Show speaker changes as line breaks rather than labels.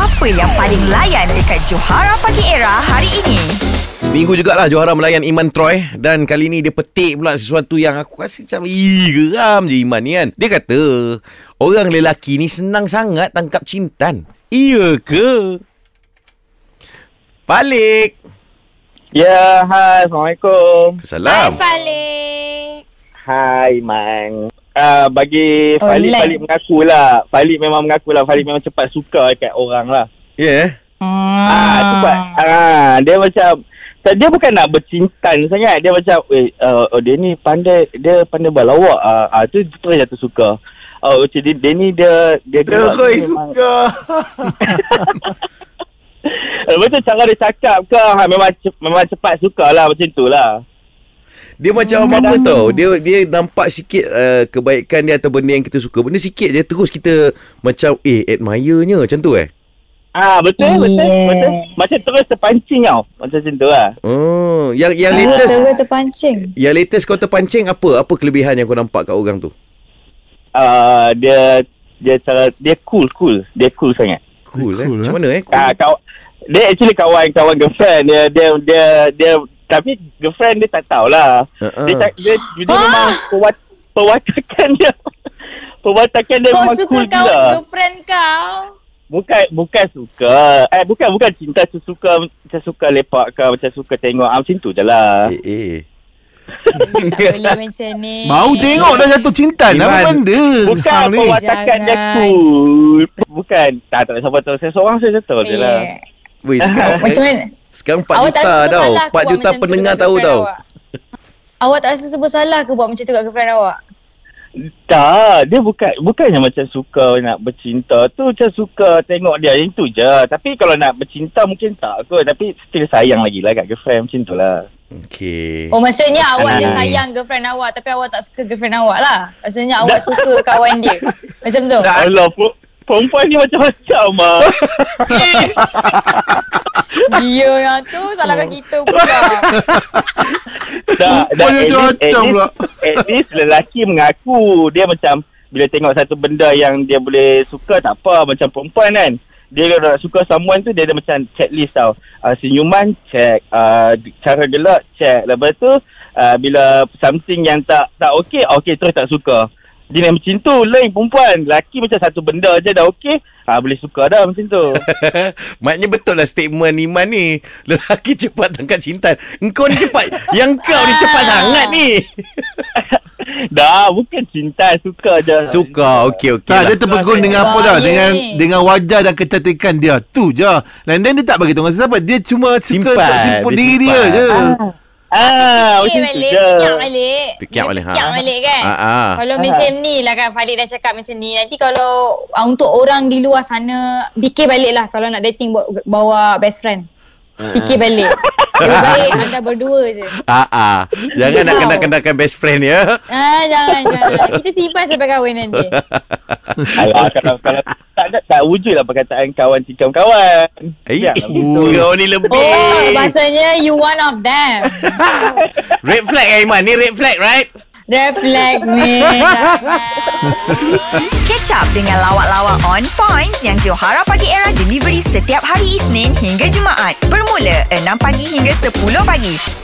Apa yang paling layan dekat Johara Pagi Era hari ini?
Seminggu jugalah Johara melayan Iman Troy Dan kali ni dia petik pula sesuatu yang aku rasa macam Ih geram je Iman ni kan Dia kata Orang lelaki ni senang sangat tangkap cintan Iya ke? Balik
Ya, hai. Assalamualaikum.
Salam
Falik.
Hai, Man. Uh, bagi
Oh,
Falik,
Lan.
Falik mengakulah. Falik memang mengakulah. Falik memang cepat suka dekat orang lah.
Ya yeah.
Ah, cepat. Ah, dia macam... tak- Dia bukan nak bercintan sangat. Dia macam, eh, uh, oh, dia ni pandai, dia pandai berlawak. Ah, ah tu terus jatuh suka. Oh, macam dia, dia ni dia... Dia gerak tu memang- Lepas tu Eh, cara dia cakap ke, ha, memang, ce- memang cepat suka lah. Macam tu lah.
Dia macam hmm. apa tau Dia dia nampak sikit uh, Kebaikan dia atau benda yang kita suka Benda sikit je Terus kita Macam eh admire-nya Macam tu eh
Ah betul yes. betul
Yes.
betul. Macam terus terpancing tau. Macam macam tu lah.
Oh, yang yang latest
Terus terpancing.
yang latest kau terpancing apa? Apa kelebihan yang kau nampak kat orang tu?
Uh, dia dia cara dia cool cool. Dia cool sangat.
Cool, eh.
Cool, eh?
Macam mana eh? Cool.
Ah kaw, dia actually kawan-kawan girlfriend dia dia dia dia tapi girlfriend dia tak tahulah.
Uh-uh.
Uh. Dia tak dia, dia
Ah.
memang pewat, pewatakan dia Perwatakan dia
Kau
memang
suka
cool
kawan
gila.
girlfriend kau?
Bukan bukan suka. Eh bukan bukan cinta tu suka macam suka lepak ke macam suka tengok ah, macam tu je lah.
Eh, eh.
Tak boleh macam ni.
Bau tengok dah jatuh cinta
Iman.
Apa benda
Bukan
Sang ni
perwatakan dia
Jangan.
cool. Bukan. Tak, tak siapa tahu. Saya seorang saya tahu je lah.
Eh,
Weh, sekarang,
Macam
sekarang,
mana?
sekarang 4
Awak tak
juta tau.
rasa bersalah ke
4
buat
juta
macam tu
pendengar
dekat
tahu
girlfriend
tau.
awak? Awak tak rasa bersalah ke buat macam tu kat girlfriend awak?
Tak. Dia bukan bukannya macam suka nak bercinta. Tu macam suka tengok dia. Yang tu je. Tapi kalau nak bercinta mungkin tak kot. Tapi still sayang lagi lah kat girlfriend. Macam tu lah.
Okey.
Oh maksudnya
Eh,
awak je
Ah.
sayang girlfriend awak tapi awak tak suka girlfriend awak lah. Maksudnya awak suka kawan dia. Macam tu.
Allah pun. Perempuan ni macam-macam lah.
Dia yang lah tu salahkan kita pula.
dah, dah,
Perempuan
at,
dia
least, at,
macam pula.
least, at least lelaki mengaku. Dia macam bila tengok satu benda yang dia boleh suka tak apa. Macam perempuan kan. Dia kalau nak suka someone tu dia ada macam checklist tau. Uh, senyuman check. Uh, cara gelak check. Lepas tu uh, bila something yang tak tak okey. ah, Okey terus tak suka. Dia nak macam tu lain perempuan. Lelaki macam satu benda je dah okey. Ah boleh suka dah macam tu.
Maknanya betul lah statement Iman ni. Lelaki cepat tangkap cinta. Engkau ni cepat. yang kau ni cepat sangat ni.
dah bukan cinta suka je.
Suka. Okey, okey lah.
tak, dia terpegun dengan apa dah
Bahaya
Dengan
ni.
dengan wajah dan kecantikan dia Tu je Lain lain dia tak bagi tahu dengan siapa Dia cuma
Simpan,
suka untuk simpan
dia
diri dia
simpan.
je
Ah,
Fikir
macam tu
balik,
je.
fikir balik.
Fikir balik, ha.
Fikir balik kan.
Ah, ah.
Kalau macam ni lah kan Farid dah cakap macam ni. Nanti kalau uh, untuk orang di luar sana, fikir balik lah kalau nak dating bawa, bawa best friend.
Hmm.
Fikir balik. Lebih baik anda berdua je.
Ah, ah. Jangan nak
Wow.
kena-kenakan best friend ya.
Ah, jangan, jangan. Kita simpan sampai kahwin nanti.
Alah, kalau, kalau tak, tak, tak wujud lah perkataan kawan tikam kawan.
Eh,
Ya, betul.
kau ni lebih.
Oh, maksudnya you one of them.
Red flag eh Iman Ni red flag right
Reflex ni.
Catch up dengan lawak-lawak on points yang Johara Pagi Era delivery setiap hari Isnin hingga Jumaat. Bermula 6 pagi hingga 10 pagi.